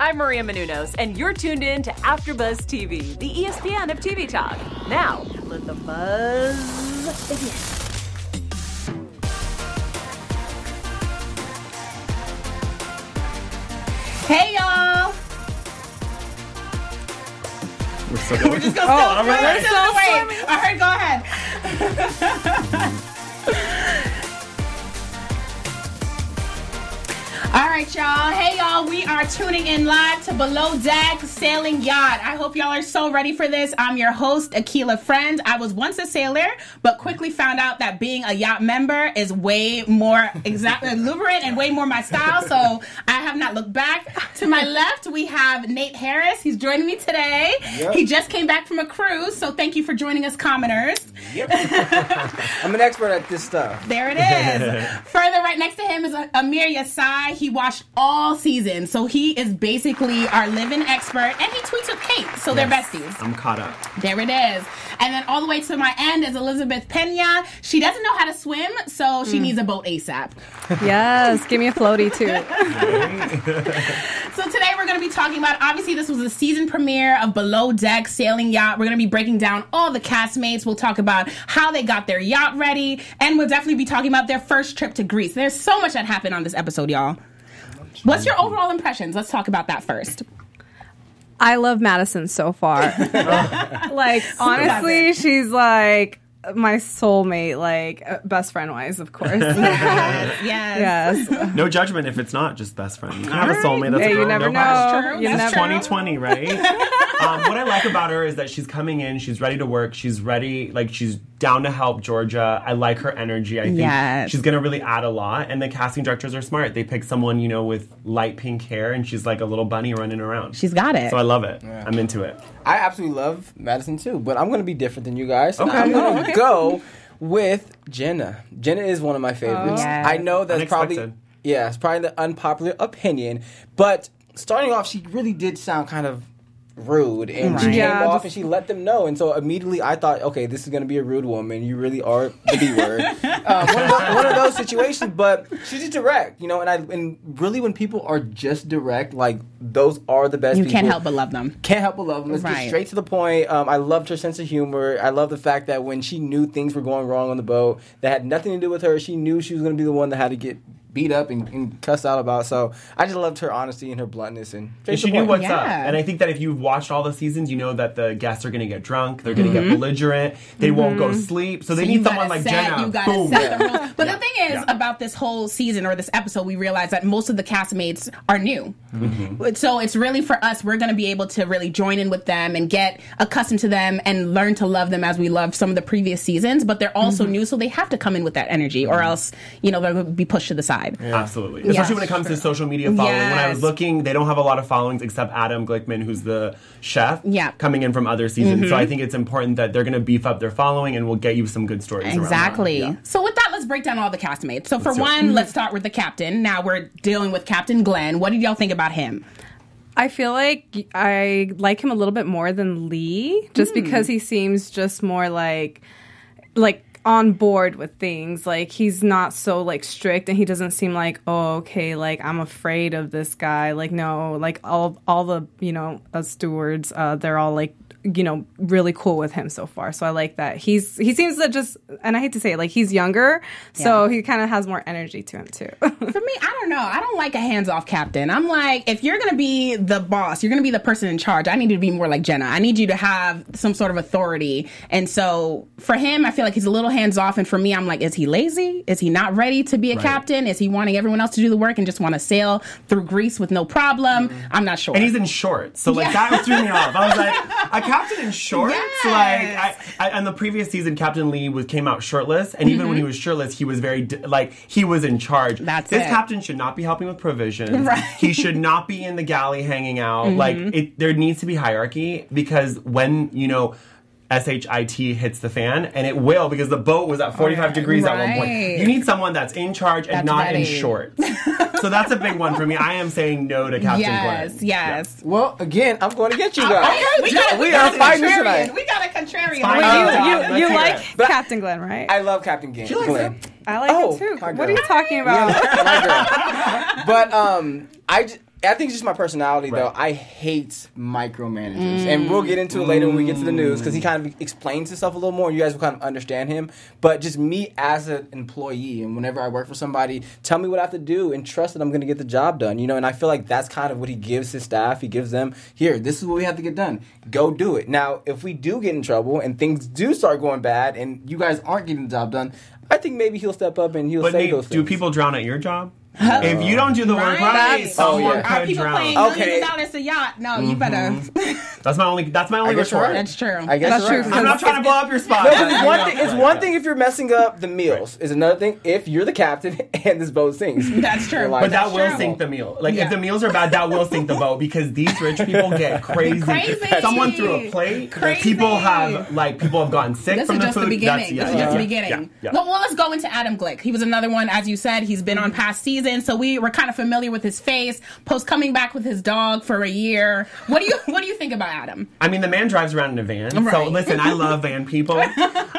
I'm Maria Menounos, and you're tuned in to AfterBuzz TV, the E ESPN of TV talk. Now, let the buzz begin. Hey y'all! We're still going. Just go Oh, still, all right. still away. All right, go ahead. All right, y'all. Hey, y'all. We are tuning in live to Below Deck Sailing Yacht. I hope y'all are so ready for this. I'm your host, Akila Friend. I was once a sailor, but quickly found out that being a yacht member is way more exactly exuberant and way more my style. So I have not looked back. To my left, we have Nate Harris. He's joining me today. Yep. He just came back from a cruise, so thank you for joining us, commoners. I'm an expert at this stuff. There it is. Further, right next to him is Amir Yasai. He watched all seasons, so he is basically our living expert, and he tweets with Kate, so they're besties. I'm caught up. There it is. And then all the way to my end is Elizabeth Pena. She doesn't know how to swim, so Mm. she needs a boat ASAP. Yes, give me a floaty too. So today we're going to be talking about obviously this was the season premiere of Below Deck Sailing Yacht. We're going to be breaking down all the castmates. We'll talk about how they got their yacht ready, and we'll definitely be talking about their first trip to Greece. There's so much that happened on this episode, y'all. What's your overall impressions? Let's talk about that first. I love Madison so far. like honestly, she's like my soulmate, like uh, best friend wise, of course. Yes. yes. No judgment if it's not just best friend. You can have a soulmate. That's Yeah, a girl. you never no problem. know. That's true. You That's never. It's 2020, right? um, what I like about her is that she's coming in, she's ready to work, she's ready, like she's down to help Georgia. I like her energy. I think Yes. she's gonna really add a lot. And the casting directors are smart. They pick someone you know with light pink hair, and she's like a little bunny running around. She's got it. So I love it. I'm into it. I absolutely love Madison too, but I'm going to be different than you guys. and Okay. I'm going Oh, to go with Jenna. Jenna is one of my favorites. Oh. Yes. I know that's probably Unexpected. yeah, it's probably the unpopular opinion, but starting off, she really did sound kind of rude, and she Right. came Yeah, off just- and she let them know, and so immediately I thought, okay, this is going to be a rude woman. You really are the B word. uh, one, of tho- one of those situations, but she's just direct, you know. And I and really when people are just direct, like those are the best. You can't people. help but love them. Can't help but love them. Let's Right. get straight to the point. Um, I loved her sense of humor. I love the fact that when she knew things were going wrong on the boat that had nothing to do with her, she knew she was going to be the one that had to get beat up and, and cussed out about. So I just loved her honesty and her bluntness. And And she knew what's up. Yeah. And I think that if you've watched all the seasons, you know that the guests are going to get drunk, they're going to get belligerent, they won't go sleep. So they Mm-hmm. You need gotta someone like set- Jenna. You gotta Boom. set the rules. But the thing is Yeah. about this whole season or this episode, we realized that most of the castmates are new. Mm-hmm. So it's really for us, we're gonna be able to really join in with them and get accustomed to them and learn to love them as we love some of the previous seasons. But they're also Mm-hmm. new, so they have to come in with that energy, or else you know they're gonna be pushed to the side. Absolutely. Especially when it comes to social media following. When I was Yes. looking, they don't have a lot of followings except Adam Glickman, who's the chef, Yeah. Mm-hmm. coming in from other seasons. So I think it's important that they're going to beef up their following and we'll get you some good stories around that. Exactly. Yeah. So with that, let's break down all the castmates. So for do it. one, let's start with the captain. Now we're dealing with Captain Glenn. What did y'all think about him? I feel like I like him a little bit more than Lee, just Hmm. because he seems just more like, like on board with things. Like he's not so like strict, and he doesn't seem like oh okay, like I'm afraid of this guy. Like no, like all all the you know uh, stewards, uh, they're all like you know really cool with him so far. So I like that he's he seems to just, and I hate to say it, like he's younger, so he kind of has more energy to him too. Oh, For me, I don't know. I don't like a hands off captain. I'm like, if you're going to be the boss, you're going to be the person in charge. I need you to be more like Jenna. I need you to have some sort of authority. And so for him, I feel like he's a little hands off. And for me, I'm like, is he lazy? Is he not ready to be a captain? Is he wanting everyone else to do the work and just want to sail through Greece with no problem? I'm not sure. Mm-hmm. And he's in shorts, so like that threw me off. I was like, a captain in shorts, like. I, I, on the previous season, Captain Lee was came out shirtless, and even when he was shirtless, he was very d- like he was in charge. Mm-hmm. That's this it. captain should not be helping with provisions. Right. Mm-hmm. He should not be in the galley hanging out. Like it, there needs to be hierarchy because when you know. SHIT hits the fan, and it will because the boat was at 45 degrees at one Oh, point. Right. You need someone that's in charge and That's not ready. in shorts. so that's a big one for me. I am saying no to Captain Glenn. yes, yes. well, again, I'm going to get you guys. we got a, we are fighting contrarian. tonight. We got a contrarian. Fine. Wait, Uh, you- yeah. you let's you, you hear like it. But I- Captain Glenn, right? I love Captain Game. likes Glenn. him. I like Oh, it too. my What are you God. talking about? Yeah, my girl. But um, I j- I think it's just my personality, though. Right. I hate micromanagers, and we'll get into it later when we get to the news Mm. because he kind of explains himself a little more, and you guys will kind of understand him. But just me as an employee, and whenever I work for somebody, tell me what I have to do, and trust that I'm going to get the job done. You know, and I feel like that's kind of what he gives his staff. He gives them here, this is what we have to get done. Go do it. Now, if we do get in trouble and things do start going bad, and you guys aren't getting the job done, I think maybe he'll step up and he'll But say Nate, those do things. people drown at your job? if you don't do the work Right. right, someone Oh, yeah. Are could people drown. playing Okay. millions of dollars a yacht? No, you better. That's my only. That's my only guess Oh, you're retort. right. That's true. I guess That's you're right. true, I'm not trying to blow up your spot. No, but it's one, thing, it's one thing if you're messing up the meals. Is another thing if you're the captain and this boat sinks. That's true. You're But But that that's will true. sink the meal. Like Yeah. if the meals are bad, that will sink the boat because these rich people get crazy. Crazy. Someone threw a plate. Crazy. People have like people have gotten sick This from is the just food. the That's- beginning. yeah, this is yeah, just the yeah, beginning. yeah, yeah. Well, well, let's go into Adam Glick. He was another one, as you said. He's been on past seasons, so we were kind of familiar with his face. Post coming back with his dog for a year. What do you What do you think about Adam? I mean, the man drives around in a van. So Right. listen, I love van people.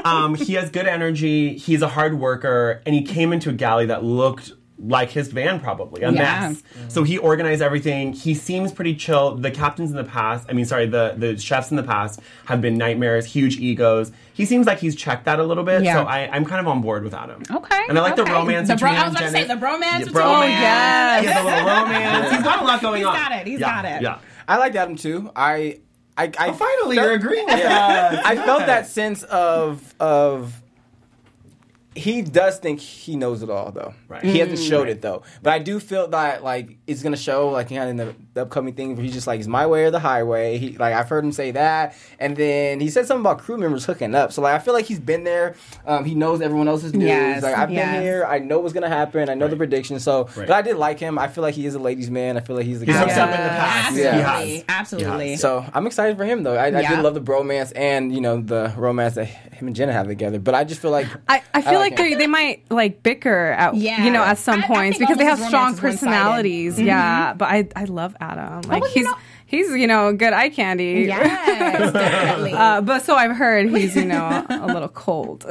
Um, he has good energy. He's a hard worker, and he came into a galley that looked like his van, probably a Yeah. mess. So he organized everything. He seems pretty chill. The captains in the past, I mean, sorry, the the chefs in the past have been nightmares, huge egos. He seems like he's checked that a little bit. Yeah. So I, I'm kind of on board with Adam. Okay, And I like okay. the romance. The bro- between I him was and about to say, Janet. the romance Yeah, between- bromance. Oh, yes. He has a little romance. He's got a lot going He's on. got it. He's He's got it. Yeah. I liked Adam too. I, I, I Finally, you're agreeing with Yeah. I felt that sense of of. He does think he knows it all, though. Right. He hasn't showed it though, but I do feel that like it's gonna show like kind of in the, the upcoming thing where he's just like it's my way or the highway. He like I've heard him say that, and then he said something about crew members hooking up. So like I feel like he's been there. Um, he knows everyone else's news. Yes, like I've yes. been here. I know what's gonna happen. I know the prediction. So, but I did like him. I feel like he is a ladies' man. I feel like he's a He's guy. hooked up in the past. Yeah. He Absolutely, has. absolutely. So I'm excited for him though. I, I Yeah. did love the bromance and you know the romance that him and Jenna have together. But I just feel like I, I feel like, like they they might like bicker at Yeah. you know at some I- I points think because they all have those strong romances is one-sided. Mm-hmm. personalities. Yeah, but I I love Adam. Like well, you he's know- he's you know good eye candy. yes, definitely. Uh, but so I've heard he's you know a little cold.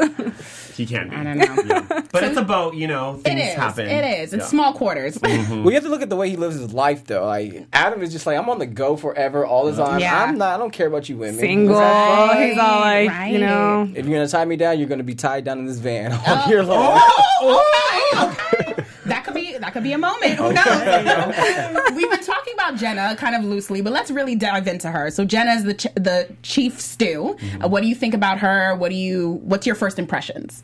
He can be. I don't know. But it's a boat, you know, It things is. happen. It is. It's Yeah. Mm-hmm. small quarters. we have to look at the way he lives his life though. Like Adam is just like I'm on the go forever all the time. Yeah. I'm not. I don't care about you women. Single. Right. He's all like right. you know. If you're gonna tie me down, you're gonna be tied down in this van all year long. Oh, okay, okay. That could be that could be a moment. Who knows? We've been talking about Jenna kind of loosely, but let's really dive into her. So Jenna's the ch- the chief stew. Mm-hmm. Uh, what do you think about her? What do you what's your first impressions?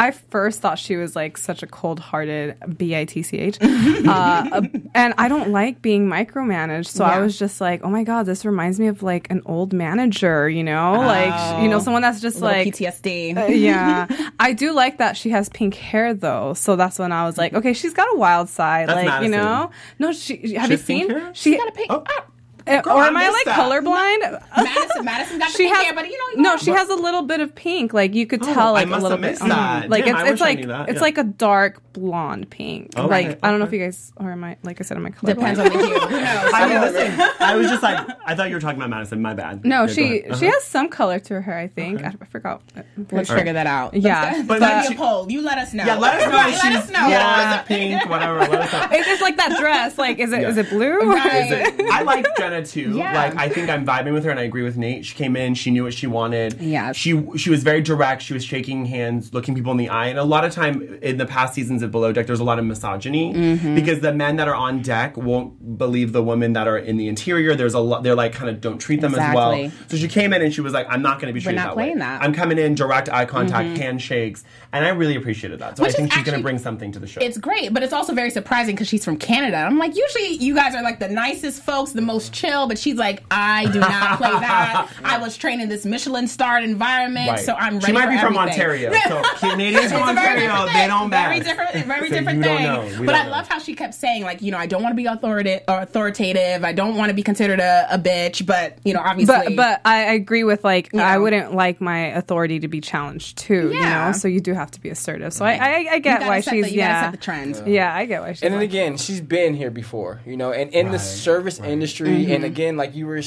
I first thought she was like such a cold hearted B I T C H. Uh, and I don't like being micromanaged. So I Yeah. was just like, oh my God, this reminds me of like an old manager, you know? Oh. Like, you know, someone that's just Little like. uh, PTSD. yeah. I do like that she has pink hair though. So that's when I was like, okay, she's got a wild side. That's like, Madison. you know? No, she. Have She you has pink seen? hair? She, got a pink. Oh. ah, uh, Girl, or I am I missed like that. colorblind? Madison, Madison got the she pink has, hair, but you know, you no, got- she has a little bit of pink. Like you could tell, Oh, I like must a little have bit. missed Mhm. that. Like Damn, it's I it's wish I like knew that, it's yeah. like a dark blonde pink. Okay, like I don't know if okay. you guys or am I like I said, am I colorblind? depends on the hue. Who knows? I, mean, listen, I was just like, I thought you were talking about Madison. My bad. No, Yeah, go she ahead. Uh-huh. she has some color to her. I think I, I forgot. I'm pretty Let's sure. figure that out. Yeah, but but maybe she- a poll. You let us know. Yeah, let us know. Right, if let she's us know. blonde, pink, whatever. Let us know. it's just like that dress. Like is it is Yeah. it blue? Right. Is it- I like Jenna too. Yeah. Like I think I'm vibing with her, and I agree with Nate. She came in, she knew what she wanted. Yes. She she was very direct. She was shaking hands, looking people in the eye, and a lot of time in the past seasons of Below Deck, there's a lot of misogyny Mm-hmm. because the men that are on deck won't believe the women that are in the interior. There's a lot. They're like kind of don't treat them Exactly. as well. So she came in and she was like, I'm not going to be treated not that playing way. that. Mm-hmm. I'm coming in direct eye contact, handshakes, and I really appreciated that. So Which I is think she's going actually- to bring something to the show. it's great, but it's also very surprising because she's from Canada. I'm like, usually you guys are like the nicest folks, the most chill, but she's like, I do not play that. I was trained in this Michelin starred environment, Right. so I'm ready. She might for be from everything. Ontario. So Canadians from It's a very Ontario, different they thing. don't very matter. different, very So different you don't thing. know. We But don't I know. love how she kept saying, like, you know, I don't want to be authoritative. authoritative. I don't want to be considered a, a bitch. But you know, obviously, But but I agree with like Yeah. I wouldn't like my authority to be challenged too. Yeah. You know, so you do have to be assertive. So I I, I you get gotta why set she's the, you gotta yeah set the trend. yeah I get why she's And then like- again, she's been here before, you know, and in the Right, service right. industry. And again, like you were,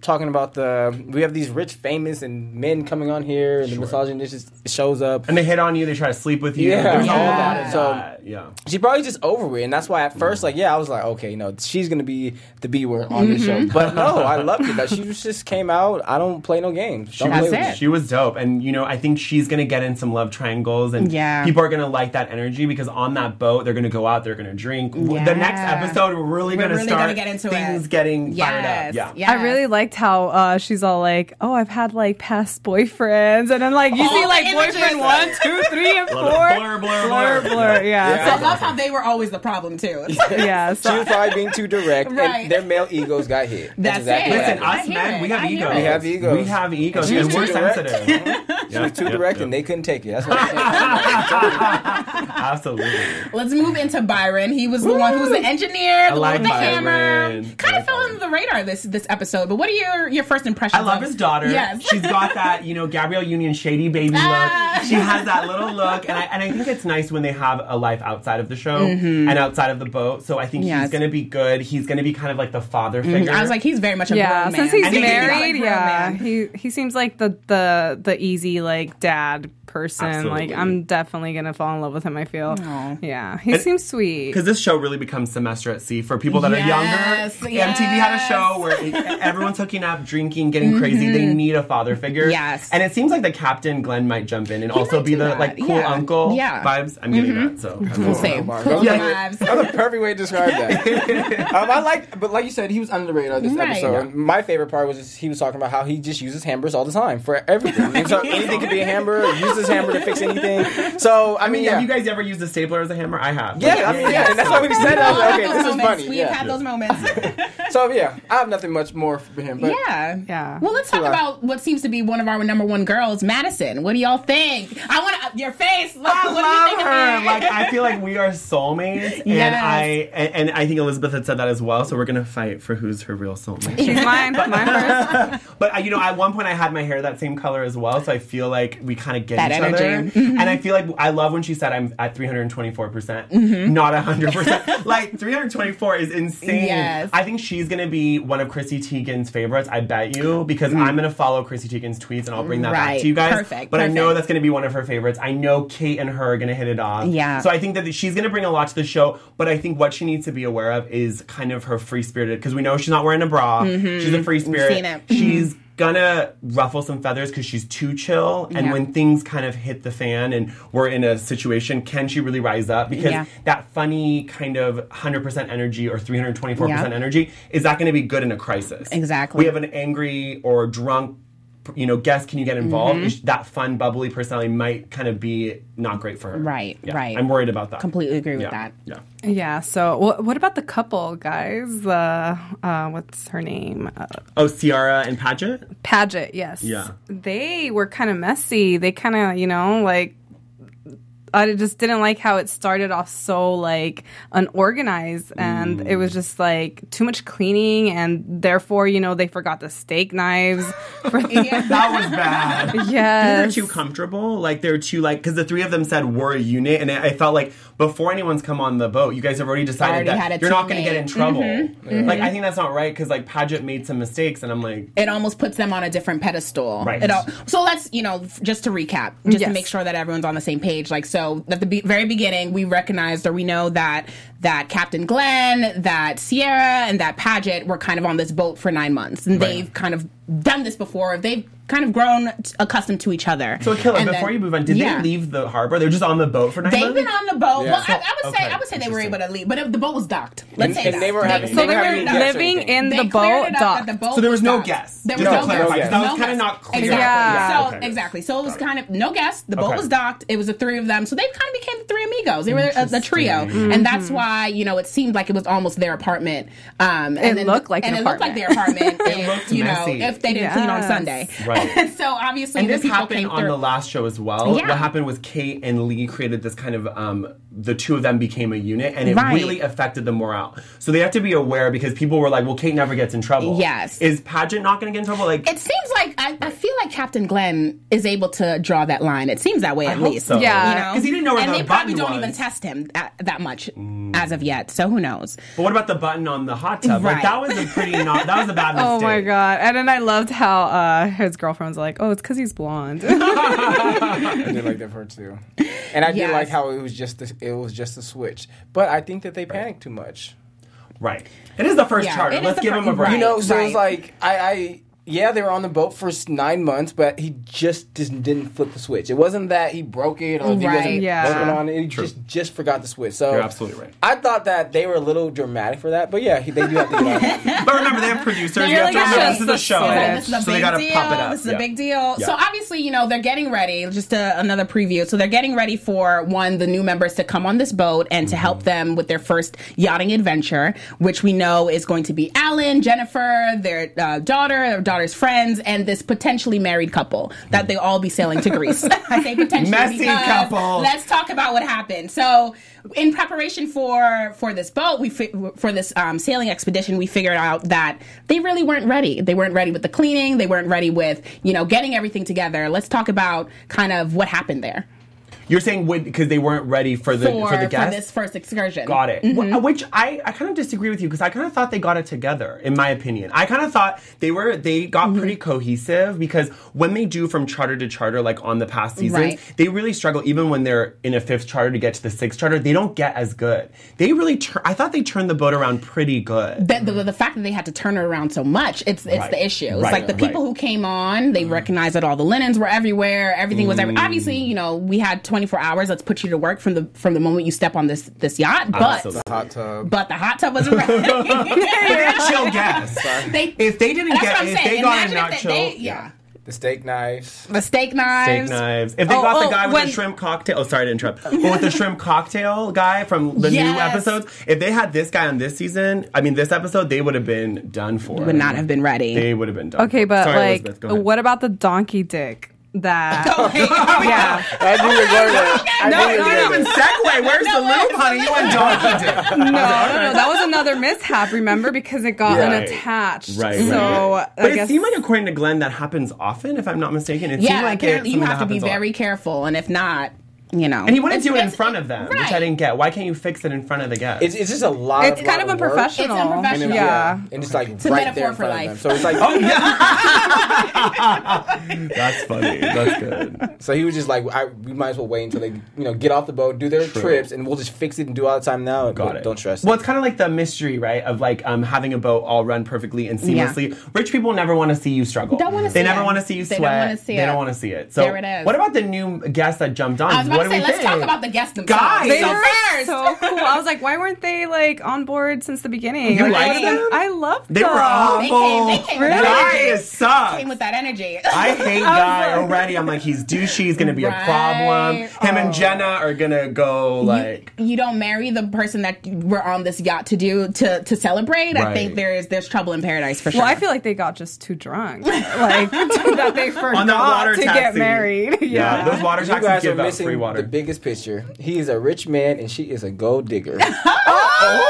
talking about the we have these rich, famous, and men coming on here, and the misogynist shows up. And they hit on you. They try to sleep with you. Yeah. There's all Yeah. that. in So- that. yeah. She probably just over it, and that's why at first, like, yeah, I was like, okay, no, she's gonna be the B word on the show, but no, I loved it. That she was- just came out. I don't play no games. Don't That's play with it. me. She was dope. And, you know, I think she's going to get in some love triangles and Yeah. people are going to like that energy because on that boat, they're going to go out, they're going to drink. W The next Yeah. episode, we're really We're going to really start gonna get into things it. getting Yes. fired up. Yeah. I really liked how uh, she's all like, "Oh, I've had like past boyfriends," and then like you All see the like images. boyfriend one, two, three, and four. Love it. Blur, blur, blur. blur, blur. Yeah, I love how they were always the problem too. So- yeah. She So was probably being too direct, Right. and their male egos got hit. That's it. what Listen, happened. I us hear men, it. we have I hear egos. it. We have egos. We have egos, She was and we're too direct. sensitive. She was too direct, and they couldn't take it. That's what I'm saying. Absolutely. Let's move into Byron. He was the one who was the engineer, the like one with the hammer. Byron. Kind I of like fell Byron. under the radar this this episode. But what are your your first impressions? I love of- his daughter. Yes. She's got that, you know, Gabrielle Union shady baby Ah. look. She has that little look. And I, and I think it's nice when they have a life outside of the show and outside of the boat. So I Mm-hmm. think Yes. Mm-hmm. he's going to be good. He's going to be kind of like the father figure. I was like, he's very much a yeah, grown man. since he's I think he's married, a grown yeah, man. he he seems like the the the easy like dad person. Absolutely. Like I'm definitely gonna fall in love with him. I feel. Yeah, he And- seems sweet. because this show really becomes semester at sea for people that Yes, are younger. MTV had a show where it, everyone's hooking up, drinking, getting crazy. They need a father figure. Mm-hmm. Yes. and it seems like the captain Glenn might jump in and also might be do the that, like cool yeah. uncle Yeah. vibes. I'm getting that. So We'll see. Mark. Cool Yeah. vibes. That's a perfect way to describe that. um, I like, but like you said, he was under the radar this Right. episode. And My favorite part was just, he was talking about how he just uses hammers all the time for everything. And so anything could be a hammer. He uses hammer to fix anything. So I I mean, mean, yeah, have you guys ever used a stapler as a hammer? I have. yeah, I mean, yeah, and that's why we said We've that. I all was like, had okay, those this is moments. funny. We've Yeah. had those moments. So yeah, I have nothing much more for him. But yeah. Yeah. Well, let's talk Sure. about what seems to be one of our number one girls, Madison. What do y'all think? I want to your face. Look, I what do you love think her. of Like I feel like we are soulmates, and Yes. I and, and I think Elizabeth had said that as well. So we're gonna fight for who's her real soulmate. She's mine. mine first. But I, you know, at one point I had my hair that same color as well, so I feel like we kind of get That each other. energy. Mm-hmm. And I feel like I love when she said I'm at 324, Mm-hmm. percent not 100. percent Like 324 is insane. Yes. I think she's gonna be one of Chrissy Teigen's favorites. I bet you because I'm gonna follow Chrissy Teigen's tweets and I'll bring that Mm. Right. back to you guys. Perfect, But I know perfect. that's gonna be one of her favorites. I know Kate and her are gonna hit it off. Yeah. So I think that she's gonna bring a lot to the show. But I think what she needs to be aware of is kind of her free spirited because we know she's not wearing a bra. She's a free spirit. Mm-hmm. seen it. She's gonna ruffle some feathers because she's too chill. And Yeah. when things kind of hit the fan and we're in a situation, can she really rise up? Because Yeah. that funny kind of 100% energy or 324% Yeah. energy is not gonna be good in a crisis. Exactly. We have an angry or drunk. You know, guest, can you get involved? Mm-hmm. Is- That fun, bubbly personality might kind of be not great for her. Right, Yeah. right. I'm worried about that. Completely agree with Yeah, that. Yeah. Yeah. So, wh- what about the couple guys? Uh, uh, what's her name? Uh, Oh, Ciara and Paget. Paget. Yes. Yeah. They were kind of messy. They kind of, you know, like I just didn't like how it started off so like unorganized, and it Mm. was just like too much cleaning, and therefore, you know, they forgot the steak knives. For the- That was bad. yes. they're too comfortable. Like they're too like because the three of them said we're a unit, and I I felt like before anyone's come on the boat, you guys have already decided Already had a that you're not going to get teammate. Mm-hmm. in trouble. Like I think that's not right because like Paget made some mistakes, and I'm like, it almost puts them on a different pedestal. Right. It all, so let's, you know, f- just to recap, just to Yes. make sure that everyone's on the same page. Like, so at the be- very beginning, we recognized or we know that that Captain Glenn, that Sierra, and that Paget were kind of on this boat for nine months, and Right. they've kind of done this before. They've kind of grown t- accustomed to each other. so Akila, And before then- you move on, did Yeah. they leave the harbor? They're just on the boat for nine They've months. been on the boat. Yeah. Well, I, I would say Oh, Okay, I would say they were able interesting. to leave, but it, the boat was docked. Let's say and that. they were having- so they were They were living in They the cleared boat it up that dock. the boat So there was no docked. guess. There was Just no, guess. to clarify, 'cause that was No kinda guess. not clear. Exactly. Yeah. So Okay. exactly. So it was kind of no guess. The boat Okay. was docked. It was the three of them. So they kind of became the three amigos. They were a, the trio, Mm-hmm. and that's why you know it seemed like it was almost their apartment. Um, and It then- looked like and an it looked like their apartment. if, looked you know, messy. if they didn't clean on Yes. Sunday. Right. And so obviously And the this people happened came on through. the last show as well. Yeah. What happened was Kate and Lee created this kind of um, the two of them became a unit and it Right. really affected the morale. So they have to be aware because people were like, well, Kate never gets in trouble. Yes. Is Pageant not going to get in trouble? Like, It seems like I, I feel like Captain Glenn is able to draw that line. It seems that way at I hope least. so. Yeah. You know, 'Cause he didn't know where and the they probably button don't even was. Mm. test him that, that much as of yet. So who knows? But what about the button on the hot tub? Like, Right. that was a pretty, not, that was a bad mistake. Oh my god! And then I loved how uh, his girlfriend's like, "Oh, it's because he's blonde." I did like that part too, and I Yes. did like how it was just a, it was just a switch. But I think that they panicked too much. Right. It is the first Yeah, charter. it is Let's the give fir- him a break. Right. You know, so it was right. like I, I yeah, they were on the boat for s- nine months, but he just didn't, didn't flip the switch. It wasn't that he broke it or he Right. wasn't Yeah. working on it. He just just forgot the switch. So You're absolutely right. I thought that they were a little dramatic for that, but yeah, he, they do have to. do that. But remember, they have producers. You They're have to like, remember, "Yeah, this is a show. yeah, this is a so they big got to deal. pop it up. This is Yeah. a big deal. So Yeah. obviously, you know, they're getting ready. Just uh another preview. So they're getting ready for one the new members to come on this boat and to Mm-hmm. help them with their first yachting adventure, which we know is going to be Alan, Jennifer, their uh, daughter, their daughter's friends, and this potentially married couple that they all be sailing to Greece. I say potentially Mm. Messy because couple. Let's talk about what happened. So in preparation for for this boat, we fi- for this um, sailing expedition, we figured out that they really weren't ready. They weren't ready with the cleaning. They weren't ready with you know getting everything together. Let's talk about kind of what happened there You're saying because they weren't ready for the for for, the guests. this first excursion. Got it. Mm-hmm. Wh- Which I, I kind of disagree with you because I kind of thought they got it together, in my opinion. I kind of thought they were they got Mm-hmm. pretty cohesive because when they do from charter to charter, like on the past seasons, Right. they really struggle. Even when they're in a fifth charter to get to the sixth charter, they don't get as good. They really, tur- I thought they turned the boat around pretty good. The, the, the fact that they had to turn it around so much, it's it's Right. the issue. It's Right. Mm-hmm. like the people Right. who came on, they recognized that all the linens were everywhere, everything was Mm. every- obviously, you know, we had 24 hours. Let's put you to work from the from the moment you step on this this yacht, but Absolutely. Hot tub. but the hot tub was around. They didn't chill guests. they, If they didn't that's get, what I'm if saying. they got a Imagine nacho, if they, they, yeah. The steak knives. the steak knives. steak knives. If they Oh, got oh, the guy with when- the shrimp cocktail, oh sorry to interrupt, but with the shrimp cocktail guy from the new Yes. episodes, if they had this guy on this season, I mean this episode, they would have been done for. Would not have been ready. They would have been done. okay, for. but Sorry, like, Elizabeth, go ahead. what about the donkey dick? That Oh yeah. I knew you were going there. I No, knew you were no, going no. there. Even segue. Where's the loop, honey? You and donkey dick. No, no, no, that was another mishap. Remember, because it got Right. unattached. Right. So, right. I but guess it seemed like, according to Glenn, that happens often. If I'm not mistaken, it yeah, seemed like apparently it, you something have to that be happens a lot. very careful, and if not, you know. And he wanted to It's- do it in it's- front of them, which right. I didn't get. Why can't you fix it in front of the guests? It's, it's just a lot. it's lot kind of work. unprofessional. It's unprofessional. And it- Yeah. and it's like a right metaphor there in for front life. of them. So it's like, oh That's funny. That's good. So he was just like, I, we might as well wait until they, you know, get off the boat, do their trips, and we'll just fix it and do all the time now. Got But it. Don't stress. Well, it's kind of like the mystery, right? Of like um, having a boat all run perfectly and seamlessly. Rich people never want to see you struggle. Don't wanna they see never it. want to see you They sweat. don't wanna see They it. don't want to see it. So There it is. What about the new guests that jumped on? I was about what to do say, we let's think? talk about the guests themselves. Guys! They So were first. so cool. I was like, why weren't they like on board since the beginning? You I liked was them? I love them. They were They awful. came- they came with that energy. Guys suck. Came with that energy. I hate Guy already. I'm like, he's douchey. He's gonna be Right. Oh. a problem. Him and Jenna are gonna go like. you don't marry the person that we're on this yacht to do to to celebrate. I Right. think there's there's trouble in paradise for sure. Well, I feel like they got just too drunk, like that they on the water forgot to taxi. get married. Yeah, Yeah. those water you taxis guys are give out free missing water. the biggest picture. He is a rich man, and she is a gold digger. Oh!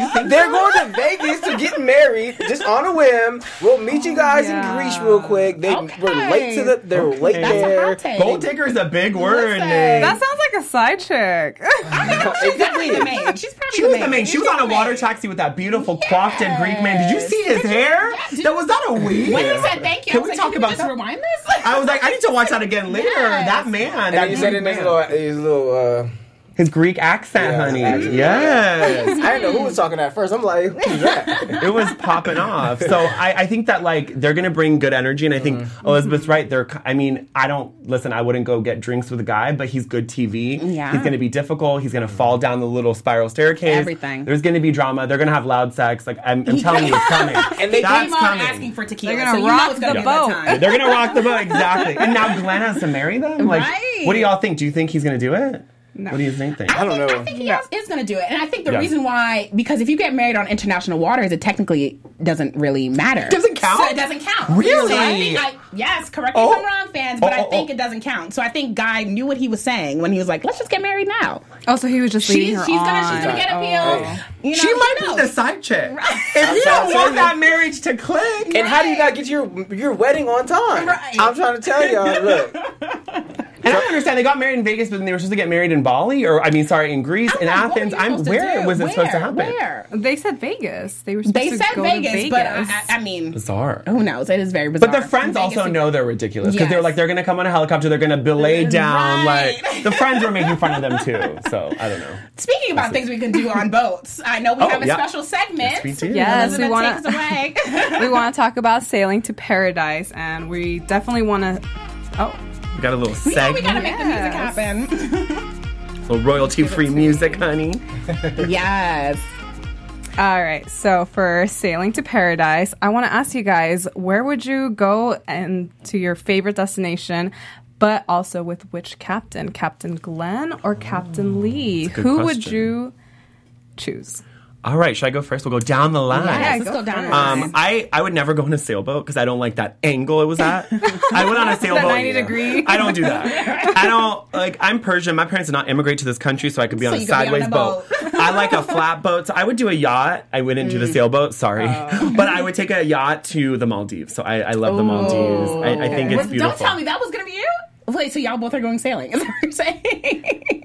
You think They're going to Vegas to get married just on a whim. We'll meet you guys Yeah. in Greece real quick. They Oh, Okay. were late to the. They were late That's a there. hot take. Gold digger is a big word. Listen. Nate. That sounds like a side chick. Exactly. the maid. She's probably She was the main. She She's was on a the water maid. taxi with that beautiful Crofton Greek man. Did you Yes. see his hair? did- That was that a wig? When he said thank you, I Can was we like, talk can about we just that? rewind this? I was like, I need to watch that again later. Yes. That man, And then that you said Greek in his man. little, his little. Uh, his Greek accent, Yeah, honey. accent. Yes. I didn't know who was talking at first. I'm like, who's that? it was popping off. So I, I think that like they're gonna bring good energy, and I think Mm-hmm. Elizabeth's right. They're, I mean, I don't listen. I wouldn't go get drinks with a guy, but he's good TV. Yeah. he's gonna be difficult. He's gonna fall down the little spiral staircase. Everything. There's gonna be drama. They're gonna have loud sex. Like I'm, I'm telling you, it's coming. And they That's Came on coming. asking for tequila. They're gonna so you rock know it's gonna the be that boat. time. They're gonna rock the boat exactly. And now Glenn has to marry them. Like, Right. what do y'all think? Do you think he's gonna do it? No. What do you think? Thing? I don't know. I think he is- is going to do it, and I think the Yeah. reason why because if you get married on international waters, it technically doesn't really matter. Doesn't count? So it doesn't count. Really? So I think I, yes, correct me if Oh. I'm wrong, fans, but Oh, oh, I think oh. it doesn't count. So I think Guy knew what he was saying when he was like, "Let's just get married now." Oh, so he was just leading She's her she's gonna she's on. gonna get appealed. Oh. You know, she who might be knows? the side chick. If I'm you trying don't to want say that that. marriage to click, And how do you not get your your wedding on time? Right. I'm trying to tell y'all. Look, And I don't understand. They got married in Vegas, but then they were supposed to get married in Bali, or I mean, sorry, in Greece, I'm in like, what were Athens. you I'm supposed to where do? was it supposed to happen? Where? They said Vegas. They were supposed They to said go Vegas, to Vegas, but uh, I, I, I mean, Bizarre. who knows? It is very bizarre. But the friends Vegas also is- know they're ridiculous because they're Yes. like they're gonna come on a helicopter, they're gonna belay down. Right. Like the friends were making fun of them too. So I don't know. Speaking about things we can do on boats, I know we Oh, have a yeah. special segment. Yes, we do. Yes, we Elizabeth wanna- takes away. we want to talk about sailing to paradise, and we definitely want to. Oh, We got a little You know we gotta make segment, Yes. the music little royalty-free music, honey. happen. yes. all right. So for sailing to paradise, I want to ask you guys: where would you go and to your favorite destination? But also with which captain, Captain Glenn or Captain Lee? good Who would question. you choose? All right, should I go first? We'll go down the line. Yes, Yeah, let's go go down. the first. line. Um, I, I would never go on a sailboat because I don't like that angle it was at. I went on a sailboat. 90 degree. I don't do that. I don't like. I'm Persian. My parents did not immigrate to this country, so I could be So on a you could be on sideways a boat. I like a flat boat. So I would do a yacht. I wouldn't Mm. do the sailboat. Sorry, Oh. but I would take a yacht to the Maldives. So I, I love the Maldives. I, I think Well, it's beautiful. Don't tell me that was gonna be you. Wait, so y'all both are going sailing? Is that what you're saying?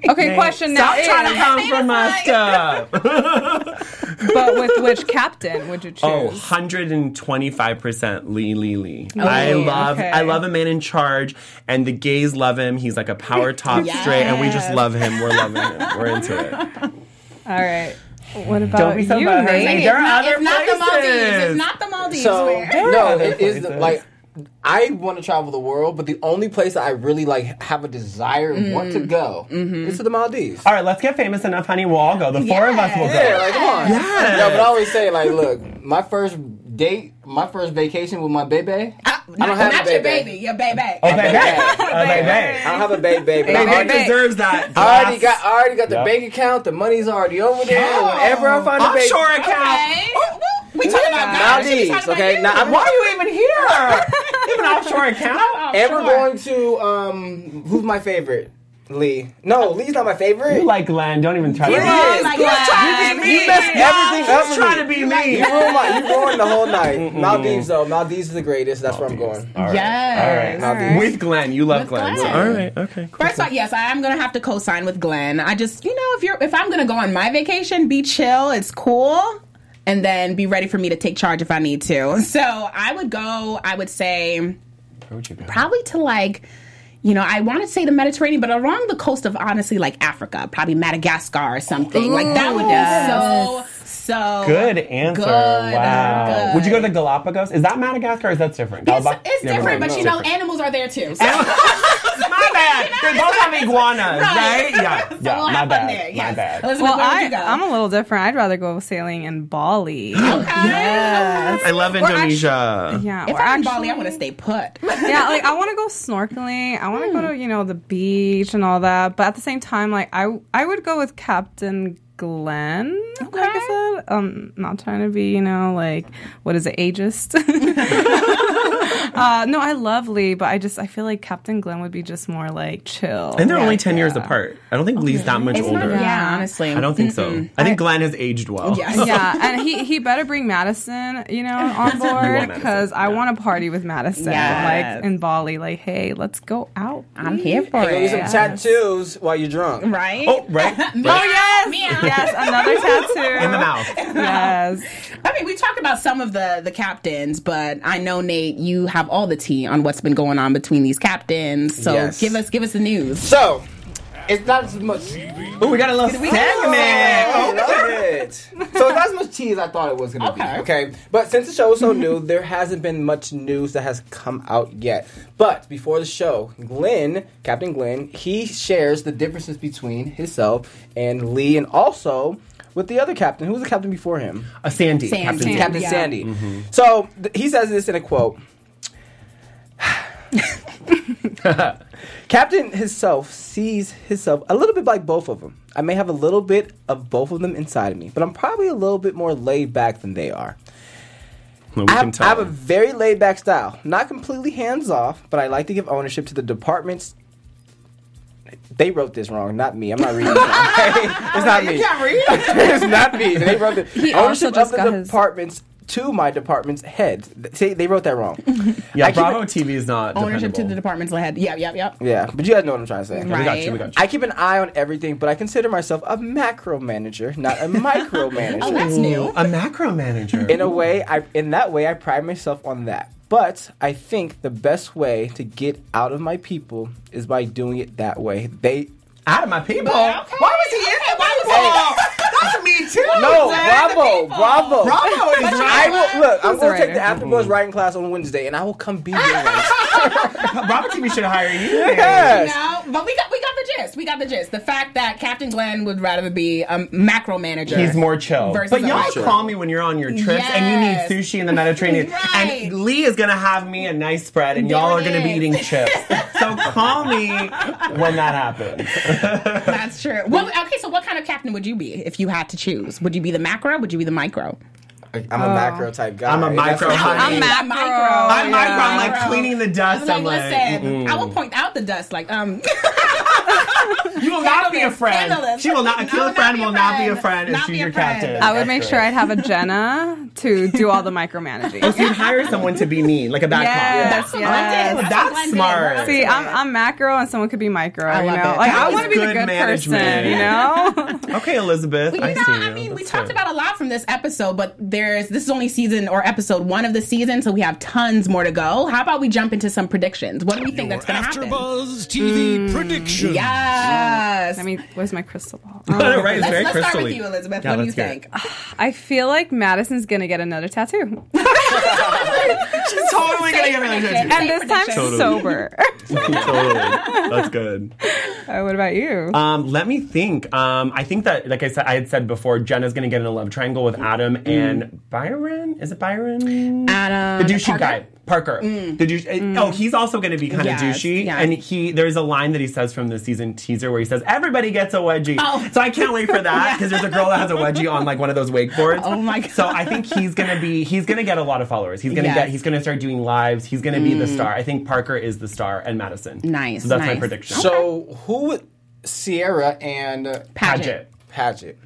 Okay, question now Stop trying to is, come for my stuff. but with which captain would you choose? Oh, 125% Lee Lee Lee. I love okay. I love a man in charge and the gays love him. He's like a power top straight and we just Yes. love him. We're loving him. We're into it. All right. What about Don't be so you, butthurt. Nate? There are not, other it's not the Maldives. places. It's not the Maldives. so where- no, it is the, like I want to travel the world, but the only place that I really like have a desire and want Mm-hmm. to go is to the Maldives. All right, let's get famous enough, honey. We'll all go. The four of us will go. Yeah, like come on. Yes. No, but I always say like, look, my first date, my first vacation with my baby. I Uh, Not, don't have not a your baby. baby, your baby. Oh, baby. Oh, don't baby. have a baby, baby. My Baby, heart baby. deserves that. I already glass got, I already got the Yep. bank account. The money's already over there. Oh. Whenever I find a baby, offshore account. Okay. Ooh, ooh, We talking about God. We Maldives. talking about Okay, you. now I'm, Why are you even here? you have an offshore account? ever Sure. going to um, who's my favorite? Lee. No, Lee's not my favorite. You like Glenn. Don't even try Yeah. to. Oh my You're God. trying to be me. Messed everything up He's with trying me. to be me. You ruined, my, you ruined the whole night. Maldives though. Maldives is the greatest. That's where I'm going. Yes. Maldives. With Glenn. You love With Glenn. Glenn. All right. Okay. First of all, yes, I am gonna have to co-sign with Glenn. I just, you know, if you're, if I'm gonna go on my vacation, be chill, it's cool, and then be ready for me to take charge if I need to. So I would go. I would say probably to like. You know, I want to say the Mediterranean, but along the coast of honestly, like Africa, probably Madagascar or something. like that would be so, so Good answer. Good, wow. good. Would you go to the Galapagos? Is that Madagascar or is that different? It's, Galapa- it's Never different, mind. but you know, animals are there too. So. my bad. They both have iguanas, right? Yeah. So yeah. we'll my have bad. fun there. Yes. My bad. Elizabeth, Well, where would I, you go? I'm a little different. I'd rather go sailing in Bali. I love Indonesia. Yeah, If or I'm in actually- Bali, I want to stay put. yeah, like I want to go snorkeling. I want to Hmm. go to you know the beach and all that. But at the same time, like I I would go with Captain Glenn. Like I said, um, not trying to be you know like what is it ageist. uh, no, I love Lee, but I just I feel like Captain Glenn would be just more like chill. And they're only 10 years apart. I don't think Lee's that much older. Yeah. honestly. I don't think so. I think Glenn has aged well. Yes. yeah, and he, he better bring Madison, you know, on board Madison, because I want to party with Madison, Yes. like in Bali. Like, hey, let's go out. I'm here for Go get some it. tattoos while you're drunk. Right? Oh, right. Meow, right. yes. meow. Yes, another tattoo. In the mouth. Yes. I mean, we talked about some of the the captains, but I know Nate, you have all the tea on what's been going on between these captains. So Yes. give us give us the news. So, it's not as much. Oh, we got a little segment. I love it. So it's not as much tea as I thought it was going to Okay. be. Okay. But since the show is so new, there hasn't been much news that has come out yet. But before the show, Glenn, Captain Glenn, he shares the differences between himself and Lee, and also with the other captain. Who was the captain before him? A Sandy. Sandy. Captain Sandy. Captain Yeah. Sandy. Mm-hmm. So th- he says this in a quote. Captain himself sees himself a little bit like both of them. I may have a little bit of both of them inside of me, but I'm probably a little bit more laid back than they are. Well, we I can have, I have tell. a very laid back style. Not completely hands off, but I like to give ownership to the departments. They wrote this wrong, not me. I'm not reading it. it's not me. it's not me. They wrote it. He also ownership of just the got his- departments to my department's head. See, they wrote that wrong. yeah, I keep Bravo it- TV is not Ownership to dependable. the department's head. Yep, yep, yep. yeah, but you guys know what I'm trying to say. We got Right. you. We got you. I keep an eye on everything, but I consider myself a macro manager, not a micro manager. Oh, that's new. a macro manager. in a way, I in that way, I pride myself on that. But I think the best way to get out of my people is by doing it that way. They out of my people. Okay, Why was he in okay, the why was people? That's me too. no, Zach, Oh, the bravo, people. bravo, Bravo is I right. will look. I'm He's going a to take the writer. after Mm-hmm. buzz writing class on Wednesday, and I will come be your writer. Bravo TV should hire you. Yes. No, but we got we got the gist. We got the gist. The fact that Captain Glenn would rather be a macro manager. He's more chill. Versus but I'm y'all chill. call me when you're on your trips and you need Yes. sushi in the Mediterranean. Right. And Lee is gonna have me a nice spread and There y'all it are gonna be is. eating chips. so call me when that happens. That's true. Well, okay. So, what kind of captain would you be if you had to choose? Would you be the macro? Would you be the micro? I'm a macro type guy. I'm a That's what micro, honey. I'm macro. I'm Yeah. micro, I'm like cleaning the dust. Oh, Like, I'm like, listen, I will point out the dust. Like, um, you will not be a friend. Scandalous. She will not. A No, killer not friend be a will not be a friend. friend if Not she's be a your friend. captain. I would make sure I'd have a Jenna to do all the micromanaging. You'd hire someone to be mean, like a bad Yes, cop. yes. Oh, that's Blended. smart. See, I'm, I'm macro and someone could be micro. I you love know, it. like That I was want to be the good good management. person. You know, Okay, Elizabeth. Well, I you see. know, you. I mean, we That's talked good. about a lot from this episode, but there's this is only season or episode one of the season, so we have tons more to go. How about we jump into some predictions? What do we think that's going to happen? AfterBuzz TV prediction. Yes. I mean, where's my crystal ball? Um, right, it's let's very let's start with crystally. you, Elizabeth. Yeah, what do you let's hear it. think? I feel like Madison's gonna get another tattoo, She's totally gonna get another tattoo. and this time Totally. sober. totally. That's good. Uh, what about you? Um, let me think. Um, I think that, like I said, I had said before, Jenna's going to get in a love triangle with Adam and Byron. Is it Byron? Mm. Adam. Mm. the douchey guy, Parker. The douche. and- Oh, he's also going to be kind of Yes, douchey. yes. And he, there's a line that he says from the season teaser where he says, "Everybody gets a wedgie." Oh. So I can't wait for that because there's a girl that has a wedgie on like one of those wakeboards. Oh my God. So I think he's going to be. He's going to get a lot of followers. He's going to Yes. Mm. get. He's going to start doing lives. He's going to be the star. I think Parker is the star and Madison. Nice, So that's my nice. prediction. So who would Sierra and Paget. Paget?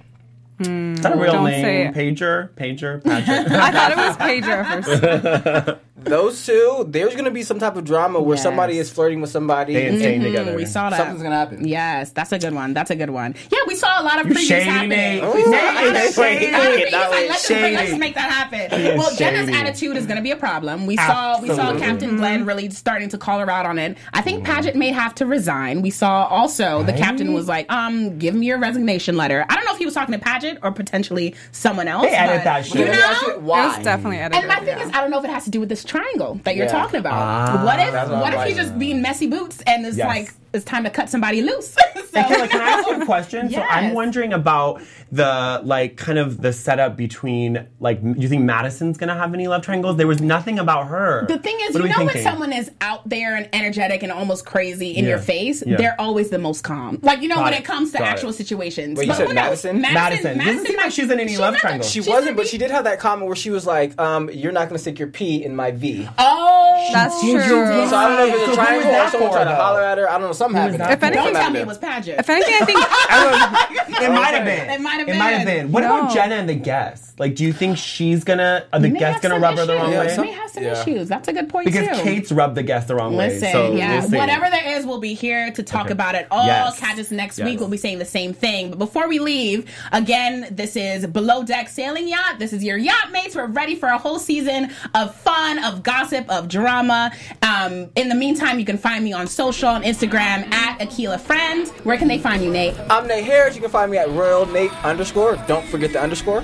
Is that a real Don't name? say it. Pager. Pager. Paget. I thought it was Pedro at first. Those two, there's gonna be some type of drama where Yes. somebody is flirting with somebody. they ain't staying together. We saw that. Something's gonna happen. Yes, that's a good one. That's a good one. Yeah, we saw a lot of You're previews shady, happening. Nate. We saw a lot of Nate is previews. shady. I mean, he's Not like, really let's, just- let's shady. make that happen. is Well, Jenna's shady. attitude is going to be a problem. We saw we saw Absolutely. Mm-hmm. Captain Glenn really starting to call her out on it. I think Paget may have to resign. We saw also the captain was like, um, give me your resignation letter. I don't know if he was talking to Paget or potentially someone else. They edit but- that shit. You They Let me ask you, know? It why? was definitely edited. And my thing yeah. is, I don't know if it has to do with this triangle that you're Yeah. talking about. uh, Ah, what if, that's what what I'm if he's like. just being messy boots and it's Yes. like it's time to cut somebody loose? so, And Kayla, can I ask you a question? So I'm Yes. wondering about the like kind of the setup between like m- you think Madison's gonna have any love triangles? There was nothing about her. the thing is, What are you we know when thinking? someone is out there and energetic and almost crazy in Yeah. your face, Yeah. they're always the most calm. Like you know Got when it. it comes to Got it. actual situations. Wait, you said who knows? Madison? Madison. Doesn't seem like might- she's in any she's love not- triangle. She she's wasn't, not but be- she did have that comment where she was like, um, "You're not gonna stick your pee in my V." Oh, That's true. So I don't know if it's So a who triangle was that or someone for, tried to though? holler at her. I don't know. Something happened. that If for? anything- don't Something tell me happened. it was Paget. if anything, I think it might have been. It might have It might have been. been. What about No. Jenna and the guest? Like, do you think she's gonna? Are the May have guests gonna some rub her the wrong issues. way? Yeah, May have some Yeah. issues. That's a good point because too. Kate's rubbed the guest the wrong Listen, way. So yeah, we'll see. whatever there is, we'll be here to talk Okay. about it all. Yes. Catch us next Yes. week. We'll be saying the same thing. But before we leave, again, this is Below Deck Sailing Yacht. This is your yacht mates. We're ready for a whole season of fun, of gossip, of drama. Um, in the meantime, you can find me on social on Instagram at Akila Friends. Where can they find you, Nate? I'm Nate Harris. You can find me at Royal Nate underscore. Don't forget the underscore.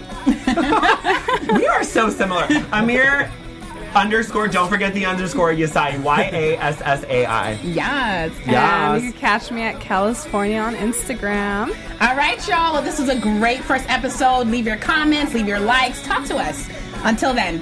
We are so similar. Amir underscore. Don't forget the underscore. Yasai. Y a s s a i. Yes. um, Yes. you can catch me at California on Instagram. All right, y'all. Well, this was a great first episode. Leave your comments, leave your likes, talk to us. Until then.